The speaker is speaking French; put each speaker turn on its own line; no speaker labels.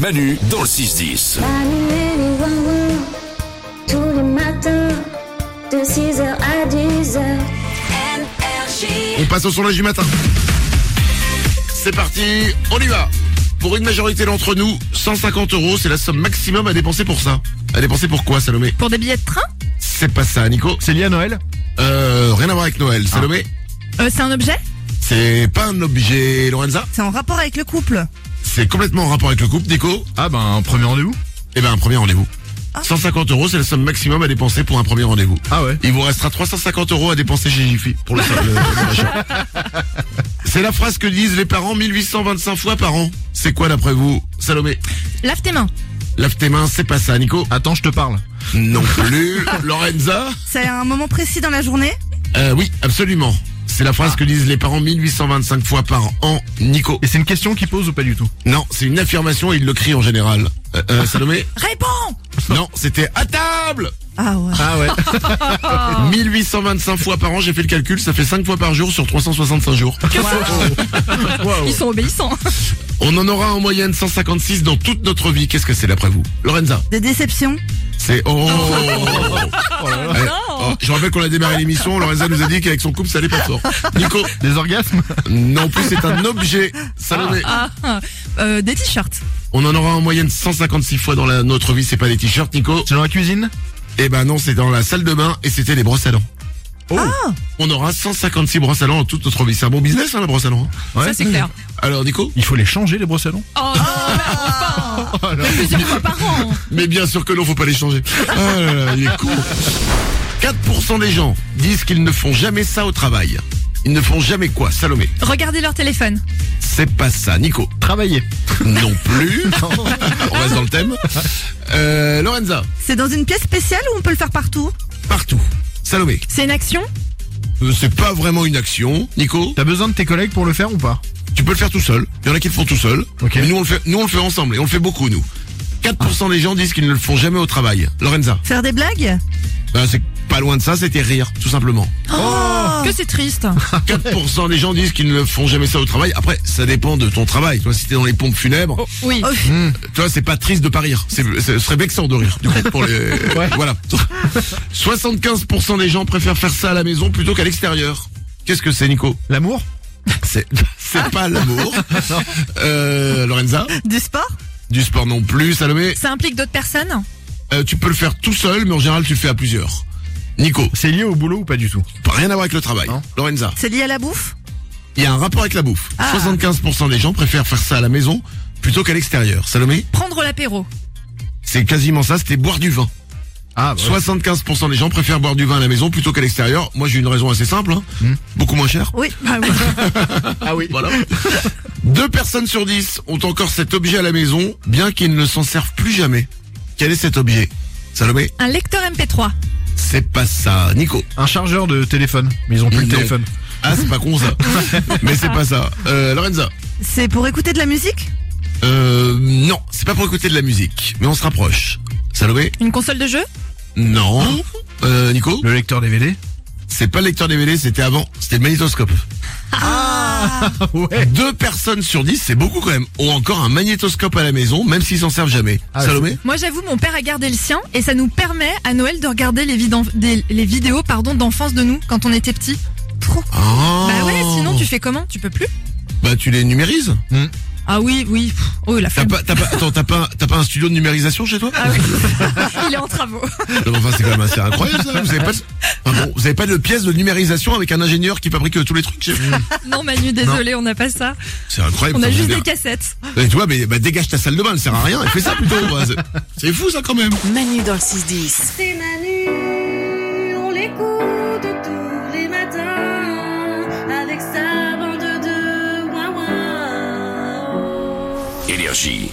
Manu dans le 6-10.
Manu et les Wouah-Wouah, tous les matins, de 6h à 10h.
On passe au sondage du matin. C'est parti, on y va. Pour une majorité d'entre nous, 150 euros, c'est la somme maximum à dépenser pour ça. À dépenser pour quoi, Salomé
Pour des billets de train
C'est pas ça, Nico.
C'est lié à Noël Ah.
Euh, rien à voir avec Noël, Salomé.
Euh, C'est un objet
C'est pas un objet, Lorenza.
C'est en rapport avec le couple.
C'est complètement en rapport avec le couple, Nico.
Ah ben, un premier rendez-vous
Eh ben, un premier rendez-vous.
Ah.
150 euros, c'est la somme maximum à dépenser pour un premier rendez-vous.
Ah ouais
Il vous restera 350 euros à dépenser chez Jiffy pour le le- le machin. C'est la phrase que disent les parents 1825 fois par an. C'est quoi d'après vous, Salomé
Lave tes mains.
Lave tes mains, c'est pas ça, Nico
Attends, je te parle.
Non plus. Lorenza
C'est un moment précis dans la journée.
Euh, Oui, absolument. C'est la phrase que disent les parents 1825 fois par an, Nico.
Ah. Et c'est une question qui pose ou pas du tout
Non, c'est une affirmation et ils le crient en général. Euh, euh, Salomé
Réponds
Non, c'était à table
Ah ouais.
Ah ouais
1825 fois par an, j'ai fait le calcul, ça fait 5 fois par jour sur 365 jours.
Ils sont obéissants.
On en aura en moyenne 156 dans toute notre vie. Qu'est-ce que c'est d'après vous Lorenza
Des déceptions
C'est... Oh, Allez, oh, Je rappelle qu'on a démarré l'émission, Lorenza nous a dit qu'avec son couple, ça allait pas fort. Nico
Des orgasmes Ah.
Non plus, c'est un objet. Salomé
Ah,
Euh, Des t-shirts.
On en aura en moyenne 156 fois dans la, notre vie, c'est pas des t-shirts, Nico
C'est dans la cuisine
Eh ben non, c'est dans la salle de bain et c'était les brosses à dents.
Oh.
Ah.
On aura 156 brosses à dents dans toute notre vie. C'est un bon business, hein, la brosse à dents. hein
Ouais.
Ça, c'est clair.
Alors, Nico
Il faut les changer, les brosses à dents
Oh,
Oh là.
plusieurs fois par an.
Mais bien sûr que non, faut pas les changer. Ah là là, il est con. 4% des gens disent qu'ils ne font jamais ça au travail. Ils ne font jamais quoi, Salomé
Regardez leur téléphone.
C'est pas ça, Nico.
Travailler.
Non plus. On reste dans le thème. Euh, Lorenza,
C'est dans une pièce spéciale ou on peut le faire partout
partout. Salomé,
C'est une action
euh, c'est pas vraiment une action. Nico,
T'as besoin de tes collègues pour le faire ou pas
tu peux le faire tout seul. Il y en a qui le font tout seul.
Ok.
Mais nous, on le fait, nous, on le fait ensemble et on le fait beaucoup, nous. 4% des gens disent qu'ils ne le font jamais au travail. Lorenza,
Faire des blagues
ben, c'est pas loin de ça, c'était rire, tout simplement.
Oh.
Oh.
Que c'est triste.
4% des gens disent qu'ils ne font jamais ça au travail. Après, ça dépend de ton travail. Toi, si t'es dans les pompes funèbres,
Oui. Mm.
Oh,
tu vois, c'est pas triste de pas rire. C'est, ce serait vexant de rire. Du coup, pour les... Voilà. 75% des gens préfèrent faire ça à la maison plutôt qu'à l'extérieur. Qu'est-ce que c'est, Nico
L'amour Ah
C'est, c'est pas l'amour. Euh, Lorenza
Du sport
Du sport non plus. Salomé
Ça implique d'autres personnes
Euh, Tu peux le faire tout seul, mais en général, tu le fais à plusieurs. Nico,
C'est lié au boulot ou pas du tout
pas rien à voir avec le travail.
Non.
Lorenza
C'est lié à la bouffe
Il y a un rapport avec la bouffe. 75% des gens préfèrent faire ça à la maison plutôt qu'à l'extérieur. Salomé
Prendre l'apéro.
C'est quasiment ça, c'était boire du vin.
Ah bah,
75% des gens préfèrent boire du vin à la maison plutôt qu'à l'extérieur. Moi, j'ai une raison assez simple. hein. Beaucoup moins cher.
Oui. Bah oui.
Ah Hmm. oui.
Voilà. Deux personnes sur dix ont encore cet objet à la maison, bien qu'ils ne s'en servent plus jamais. Quel est cet objet Salomé
Un lecteur MP3.
C'est pas ça. Nico
Un chargeur de téléphone. Mais ils ont plus le
Non.
téléphone.
Ah, c'est pas con ça. Mais c'est pas ça. Euh, Lorenza
C'est pour écouter de la musique
euh, Non, c'est pas pour écouter de la musique. Mais on se rapproche. Salomé
Une console de jeu
Non. Euh, Nico
Le lecteur DVD
C'est pas le lecteur DVD, c'était avant. C'était le magnétoscope.
Ah ouais
Deux personnes sur dix, c'est beaucoup quand même, ont encore un magnétoscope à la maison, même s'ils s'en servent jamais.
Ah,
Salomé
Moi, j'avoue, mon père a gardé le sien et ça nous permet à Noël de regarder les, vidan- des- les vidéos pardon d'enfance de nous quand on était petit. Trop.
Ah.
Bah ouais, sinon tu fais comment Tu peux plus
Bah tu les numérises
Ah oui, oui. Pff, Oh, la
T'as
femme.
pas, t'as pas, attends, t'as pas, t'as pas un studio de numérisation chez toi
Ah Il est en travaux.
Non, mais Enfin, c'est quand même assez incroyable ça. Vous avez pas, de, Ah bon, vous avez pas de pièce de numérisation avec un ingénieur qui fabrique euh, tous les trucs chez vous
Non, Manu, désolé, on n'a pas ça.
C'est incroyable.
On a
ça, je
juste
veux
des
dire.
cassettes.
Et tu vois, mais bah, dégage ta salle de bain, elle sert à rien. Et fais ça plutôt. bah, c'est- c'est fou ça quand même.
Manu dans le 6-10.
C'est Manu, on l'écoute tous les matins, avec sa bande de Wouah-Wouah.
Énergie.